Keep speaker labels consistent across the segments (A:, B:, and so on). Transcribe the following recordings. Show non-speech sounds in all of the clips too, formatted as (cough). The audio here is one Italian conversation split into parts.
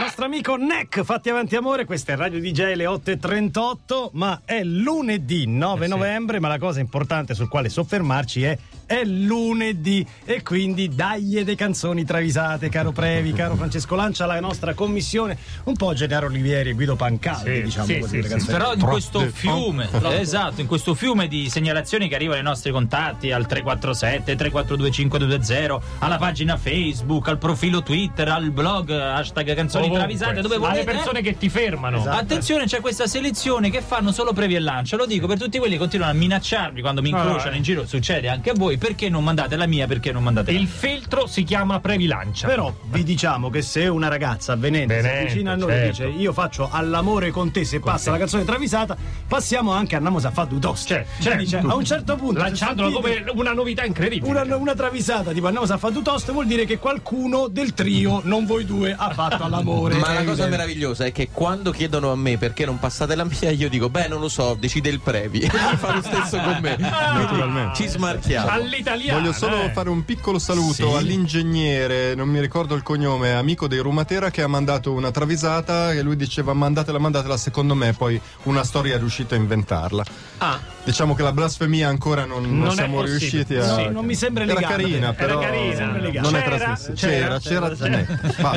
A: nostro amico Neck, fatti avanti amore, questa è Radio DJ le 8.38, ma è lunedì 9
B: Eh sì.
A: novembre, ma la cosa importante sul quale soffermarci è è lunedì e quindi dagli dei canzoni travisate, caro Previ, caro Francesco Lancia, la nostra commissione, un po' Gennaro Olivieri e Guido Pancaldi,
B: Sì,
A: diciamo
B: sì,
A: così,
B: sì,
A: le
B: sì.
A: canzoni.
C: Però in
D: Tro-
C: questo
D: de-
C: fiume, esatto, in questo fiume di segnalazioni che arrivano ai nostri contatti al 347 342520, alla pagina Facebook, al profilo Twitter, al blog hashtag canzoni
B: Ovunque.
C: travisate, dove
B: Alle
C: volete.
B: persone che ti fermano.
A: Esatto.
C: Attenzione, c'è questa selezione che fanno solo previ e lancia. Lo dico per tutti quelli che continuano a minacciarmi quando mi
B: No, no,
C: incrociano
B: eh.
C: in giro. Succede anche a voi. Perché non mandate la mia? Perché non mandate la
B: Il
C: mia?
B: filtro si chiama Previlancia.
A: Però vi diciamo che se una ragazza venente si
B: Venente,
A: avvicina a noi e
B: certo.
A: dice io faccio all'amore con te se passa la canzone travisata, passiamo anche a Namosa Faddu Tost.
B: Certo,
A: Che
B: certo.
A: dice, a un certo punto se
B: lanciandola
A: sentite
B: come una novità incredibile.
A: una, una travisata tipo Namosa Faddu Tost vuol dire che qualcuno del trio, non voi due, ha fatto all'amore.
E: Ma
A: È
E: la cosa
A: evidente.
E: meravigliosa è che quando chiedono a me perché non passate la mia, io dico: Beh, non lo so, decide il Previ. (laughs) E lui fa lo stesso con me.
B: Ah,
E: Quindi
D: Naturalmente.
E: Ah. ci smarchiamo.
B: All'italiano.
D: Voglio solo
B: eh.
D: fare un piccolo saluto all'ingegnere, non mi ricordo il cognome, amico dei Rumatera che ha mandato una travisata e lui diceva mandatela, mandatela, secondo me poi una storia è riuscito a inventarla.
B: Ah,
D: Diciamo che la blasfemia ancora non, non
B: Non è
D: siamo
B: possibile.
D: riusciti a...
A: Sì, non mi sembra
D: Era
A: elegante.
D: carina,
A: Era
D: però
B: carina.
D: non è
B: C'era?
D: trasmessa. C'era, c'era, eh, vai.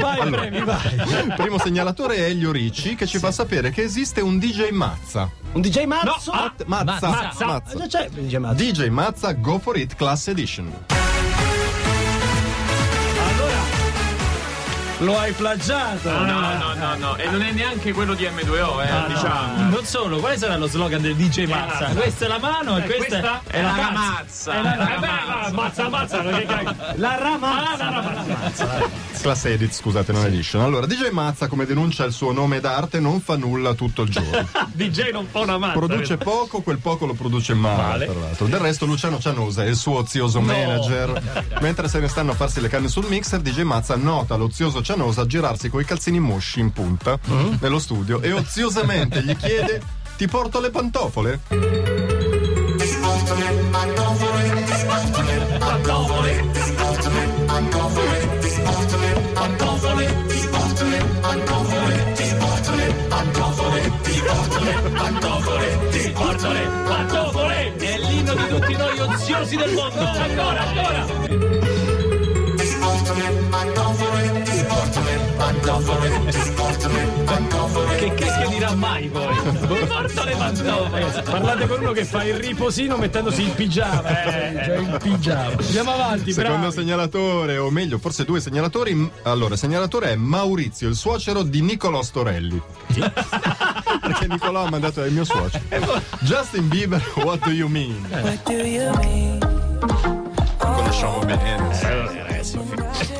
A: Vai,
D: Allora,
A: Previ, vai.
D: Primo segnalatore è Elio Ricci che ci fa sapere che esiste un DJ Mazza.
A: Un DJ Mazzo? Ah,
B: No, ah,
D: Mazza,
B: Mazza.
D: Mazza.
A: Già c'è un DJ Mazzo.
D: DJ Mazza Go For It Class Edition.
A: Lo hai plagiato.
F: No, no, no, no, e non è neanche quello di M2O, eh, diciamo.
C: Non solo, quale sarà lo slogan del DJ Mazza? Questa è la mano e questa,
B: Eh, questa
C: è la mazza.
B: Eh, beh, beh, mazza, mazza, non è che-
A: La ramazza.
D: Class Edit, scusate, non edition. Allora, DJ Mazza, come denuncia il suo nome d'arte, non fa nulla tutto il giorno.
B: DJ non fa una mazza.
D: Produce
B: vero?
D: poco, quel poco lo produce male,
B: Male.
D: tra l'altro. Del resto Luciano Cianosa è il suo ozioso manager. Mentre se ne stanno a farsi le canne sul mixer, DJ Mazza nota l'ozioso Cianosa girarsi coi calzini mosci in punta nello studio e oziosamente gli chiede ti porto le pantofole?
C: È l'inno di tutti noi oziosi del mondo. Ancora, ancora. Che cacchio dirà mai
D: (laughs)
C: poi? Mi porto le pantofole.
A: Parlate con uno che fa il riposino mettendosi il pigiama. Cioè il pigiama. Andiamo avanti,
D: Secondo
A: bravi.
D: segnalatore, o meglio, forse due segnalatori. m- Allora, il segnalatore è Maurizio, il suocero di Nicolò Storelli. (laughs) Perché Nicolò ha mandato il mio suocero. Justin Bieber, what do you
G: Eh,
D: mean?
H: What do you mean?
D: Conosciamo bene. Eh,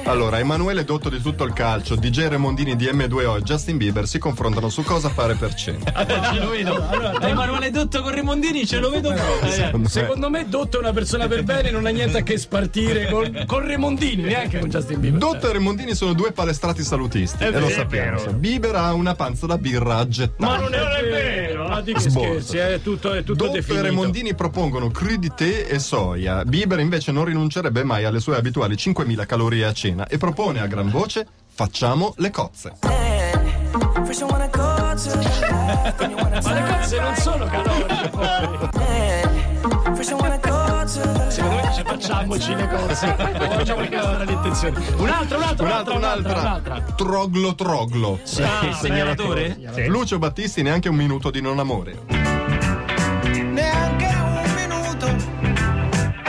D: Allora, Emanuele Dotto di tutto il calcio, DJ Remondini di M2O e Justin Bieber si confrontano su cosa fare per cento.
C: Ce lo vedo. Emanuele Dotto con Remondini ce lo vedo proprio.
D: Eh.
A: Secondo me Dotto è una persona per bene, non ha niente a che spartire con, con Remondini, neanche con Justin Bieber.
D: Dotto e Remondini sono due palestrati salutisti, e lo
B: vero, è
D: sappiamo.
B: vero.
D: Bieber ha una panza da birra aggettata.
A: Ma non è
B: Non è
A: vero,
B: vero.
A: Eh, ma di che
D: Sborsa.
A: scherzi, eh, è tutto, è tutto
D: Dotto e
A: definito.
D: Remondini propongono cru di tè e soia. Bieber invece non rinuncerebbe mai alle sue abituali 5.000 calorie a cena e propone a gran voce facciamo le cozze.
H: Then, First you wanna go to the left, then you wanna
A: Ma le
H: turn
A: cose non sono caloriche.
H: in. First you wanna go to the left.
A: Secondo me ci facciamoci le cose. Facciamo le cose dall'intenzione. Un altro, un altro, un altro, un altro,
D: Un'altra,
A: un
D: un'altra.
A: altro.
D: Troglo troglo.
C: Il segnalatore?
D: Lucio Battisti neanche un minuto di non amore.
G: neanche un minuto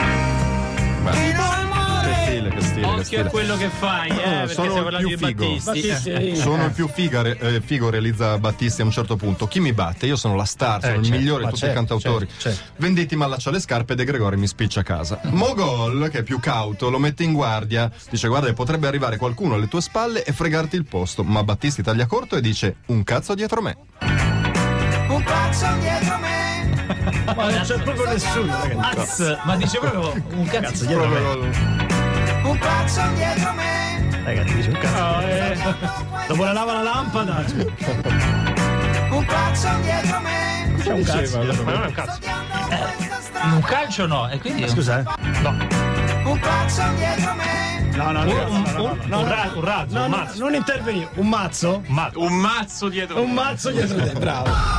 G: di non
D: Che
G: amore
D: stile, che stile, che
C: Occhio a
D: stile.
C: quello che fai, eh, perché
D: Oh, sono
C: stiamo parlando
D: più
C: di
D: figo.
C: Battisti. Eh.
A: Battisti.
D: Sono il più figa, re- eh, figo, realizza Battisti a un certo punto. Chi mi batte? Io sono la star, sono il migliore di tutti i cantautori. Venditti m'allaccia le scarpe e De Gregori mi spiccia a casa. Mogol, che è più cauto, lo mette in guardia. Dice: Guarda, che potrebbe arrivare qualcuno alle tue spalle e fregarti il posto. Ma Battisti taglia corto e dice: Un cazzo dietro me.
G: un pazzo dietro me
A: Ma non c'è proprio nessuno, ragazzi.
C: Azz, ma dice proprio un cazzo.
G: un pazzo dietro me
A: Ragazzi, dice un cazzo. Ah, eh. Dopo la lava la lampada.
G: un pazzo dietro me
A: C'è un cazzo.
B: Ma non è un cazzo.
G: Sto andando per questa
C: Un
G: strada.
C: calcio no, e quindi
A: Scusa, eh.
G: un pazzo dietro me
A: No, no, no,
B: Un- un-
A: no, no,
B: un-
A: no,
B: un
A: no.
B: ra- un razzo,
A: No,
B: un
A: no,
B: mazzo.
A: Non intervenire. Un mazzo?
B: Ma
F: Un mazzo dietro.
A: Un mazzo dietro te, bravo.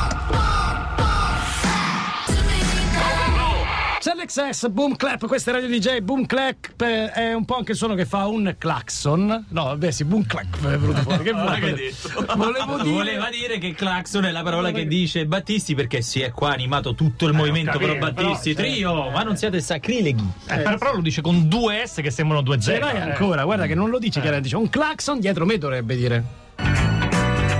A: C'è l'XS, boom clap, questa è Radio DJ, boom clap, eh, è un po' anche il suono che fa un clacson. No, beh sì, boom clap è venuto
F: (laughs)
A: fuori. Che vuoi?
F: che hai detto?
A: Volevo
F: (laughs)
A: dire...
C: Voleva dire che clacson è la parola che dice Battisti perché si è qua animato tutto il movimento
B: capito,
C: pro Battisti
B: però, cioè,
C: trio, ma non siete sacrileghi.
B: eh, però- però lo dice con due S che sembrano due Z.
A: Ce l'hai ancora, guarda che non lo dice chiaramente, dice un clacson dietro me dovrebbe dire.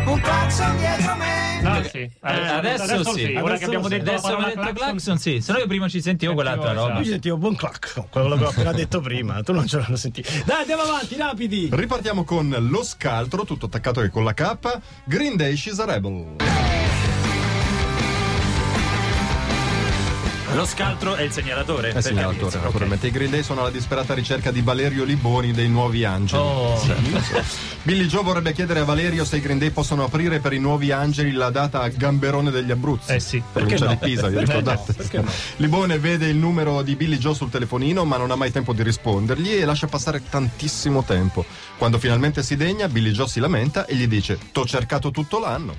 G: un pazzo dietro me,
B: No, sì.
C: Eh, adesso, sì,
B: Eh, Ora che abbiamo detto
C: adesso
B: la
C: abbiamo
B: parola
C: detto clacson,
B: clacson,
C: sì, se no io prima ci sentivo quell'altra
B: Sentivo,
C: roba.
A: Io sentivo buon clacson, quello che ho appena detto prima, tu non ce l'hanno sentito. Dai, andiamo avanti, rapidi!
D: Ripartiamo con lo scaltro, tutto attaccato che con la K. Green Day She's a Rebel.
C: Lo scaltro è il segnalatore,
D: Eh
C: per
D: sì,
C: capirsi,
D: l'autore,
C: ok.
D: naturalmente. I Green Day sono alla disperata ricerca di Valerio Liboni dei Nuovi Angeli.
C: Oh.
D: Billy Joe vorrebbe chiedere a Valerio se i Green Day possono aprire per i Nuovi Angeli la data a Gamberone degli Abruzzi.
B: Eh sì.
D: Provincia
A: Perché Eh,
D: di Pisa, vi ricordate? (laughs) Libone vede il numero di Billy Joe sul telefonino, ma non ha mai tempo di rispondergli e lascia passare tantissimo tempo. Quando finalmente si degna, Billy Joe si lamenta e gli dice: T'ho cercato tutto l'anno.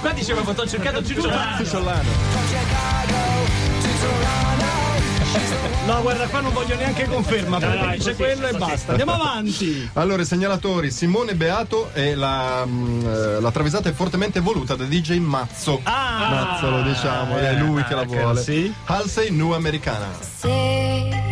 C: Qua diceva che ho cercato Ciucciolano.
A: No, guarda, qua non voglio neanche conferma, perché
B: dai,
A: dice
B: così,
A: quello e
B: così.
A: basta. Andiamo avanti!
D: Allora, i segnalatori Simone Beato e la, mm, eh, la travisata è fortemente voluta da DJ Mazzo.
A: Ah!
D: Mazzo lo diciamo, è lui che la
A: che-
D: vuole.
A: sì.
D: Halsey New Americana.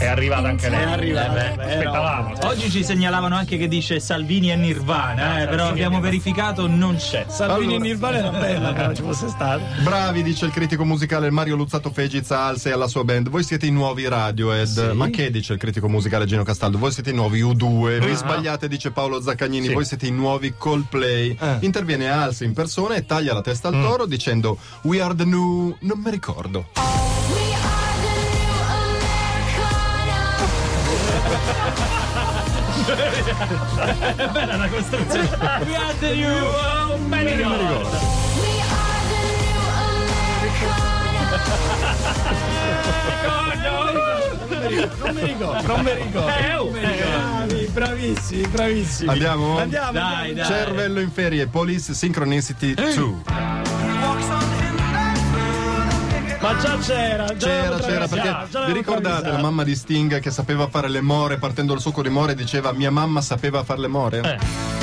B: È arrivata anche lei.
A: È arrivata,
B: Eh beh,
A: vero.
B: Aspettavamo.
C: Oggi ci segnalavano anche che dice Salvini e Nirvana, eh, però abbiamo verificato non c'è. eh,
A: Salvini
D: Allora.
A: in Nirvana era bella, però ci fosse stato.
D: Bravi, dice il critico musicale Mario Luzzato Fegiz a Halsey e alla sua band. Voi siete i nuovi Radiohead. Ma che dice il critico musicale Gino Castaldo? Voi siete i nuovi
A: Ah.
D: U2. Voi sbagliate, dice Paolo Zaccagnini. Voi siete i nuovi Coldplay.
A: Eh.
D: Interviene Halsey in persona e taglia la testa al
A: Mm.
D: toro dicendo We are the new. Non mi ricordo.
C: We are the new America.
A: Non mi ricordo, non mi ricordo. Bravi, bravissimi, bravissimi.
D: Andiamo?
A: Andiamo.
C: Dai, dai.
D: Cervello in ferie, Police Synchronicity 2.
A: Ma già c'era, già
D: C'era,
A: l'avevo travisata,
D: c'era,
A: già
D: perché vi
A: l'avevo
D: ricordate la
A: travisata.
D: mamma di Sting che sapeva fare le more partendo dal succo di more diceva mia mamma sapeva fare le more?
B: eh.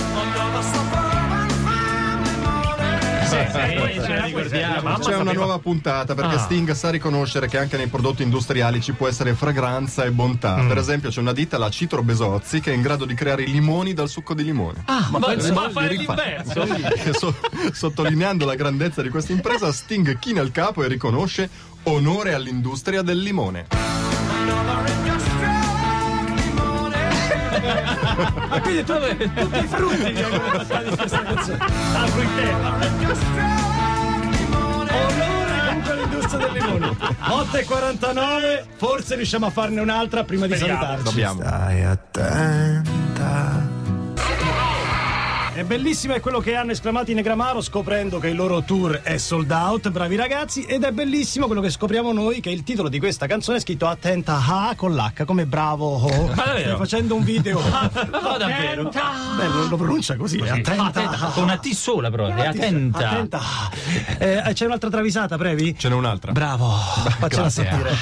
C: Ah,
D: C'è una nuova puntata perché Sting sa riconoscere che anche nei prodotti industriali ci può essere fragranza e bontà.
C: Mm.
D: Per esempio, c'è una ditta, la Citro Besozzi, che è in grado di creare i limoni dal succo di limone.
C: Ah.
B: Ma,
D: Li
B: fare
D: rifa-
B: l'inverso.
D: E so- (laughs) sottolineando la grandezza di questa impresa, Sting china il capo e riconosce onore all'industria del limone.
A: Ma quindi tutti, tutti i frutti che abbiamo portato in questa canzone. Onore comunque all'industria del limone. 8.49, forse riusciamo a farne un'altra prima di
B: Speriamo.
A: salutarci.
D: Dobbiamo.
A: È bellissimo è quello che hanno esclamato i Negramaro scoprendo che il loro tour è sold out, bravi ragazzi, ed è bellissimo quello che scopriamo noi che il titolo di questa canzone è scritto Attenta ha con l'H come bravo ho. Stai facendo un video.
C: No, davvero.
A: Beh, lo, lo pronuncia così, eh, Attenta.
C: Attenta, con una T sola però, è attenta.
A: Attenta. Ah, Eh, c'è un'altra travisata, previ?
D: Ce n'è un'altra.
A: Bravo, faccela sentire.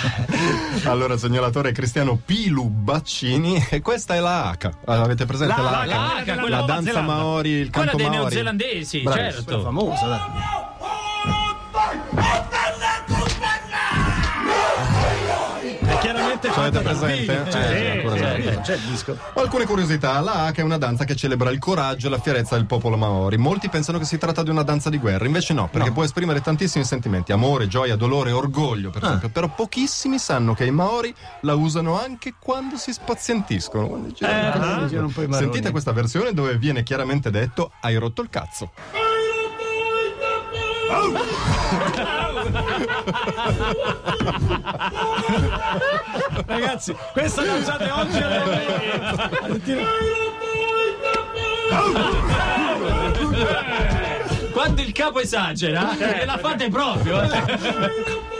D: Allora, segnalatore Cristiano Pilu Baccini, e questa è la H. Allora, avete presente la, H?
C: la H, quella
D: la
C: Nuova
D: danza
C: Zelanda.
D: maori, il
C: Quella
D: canto
C: dei
D: maori.
C: neozelandesi,
D: Bravi.
A: Quella
C: certo.
A: famosa, dai. È chiaramente
D: Ce l'avete
A: fatta da
D: presente?
A: Big,
D: Eh,
A: cioè,
D: sì,
A: eh,
D: sì,
A: eh,
D: sì.
A: c'è il disco.
D: Alcune curiosità, la H è una danza che celebra il coraggio e la fierezza del popolo maori. Molti pensano che si tratta di una danza di guerra, invece no, perché può esprimere tantissimi sentimenti, amore, gioia, dolore, orgoglio,
A: Ah.
D: per esempio. Però pochissimi sanno che i maori la usano anche quando si spazientiscono. Quando girano così.
A: Ah, girano un po' i marroni.
D: Sentite questa versione dove viene chiaramente detto hai rotto il cazzo.
A: Ragazzi, questa la usate oggi alle
C: eh, Quando il capo esagera, e la fate proprio. eh.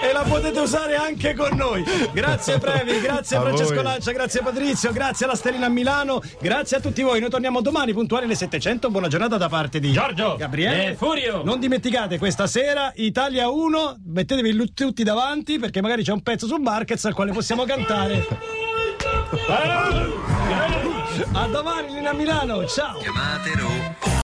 A: e la potete usare anche con noi. Grazie Previ, grazie
D: A
A: Francesco
D: voi.
A: Lancia, grazie Patrizio, grazie alla Sterina a Milano, grazie a tutti voi. Noi torniamo domani puntuali alle 700. Buona giornata da parte di
C: Giorgio
A: Gabriele
C: e Furio.
A: Non dimenticate questa sera Italia 1, mettetevi lu- tutti davanti perché magari c'è un pezzo su Marquez al quale possiamo cantare.
C: Eh,
A: A domani Lina Milano, ciao.
I: Chiamatelo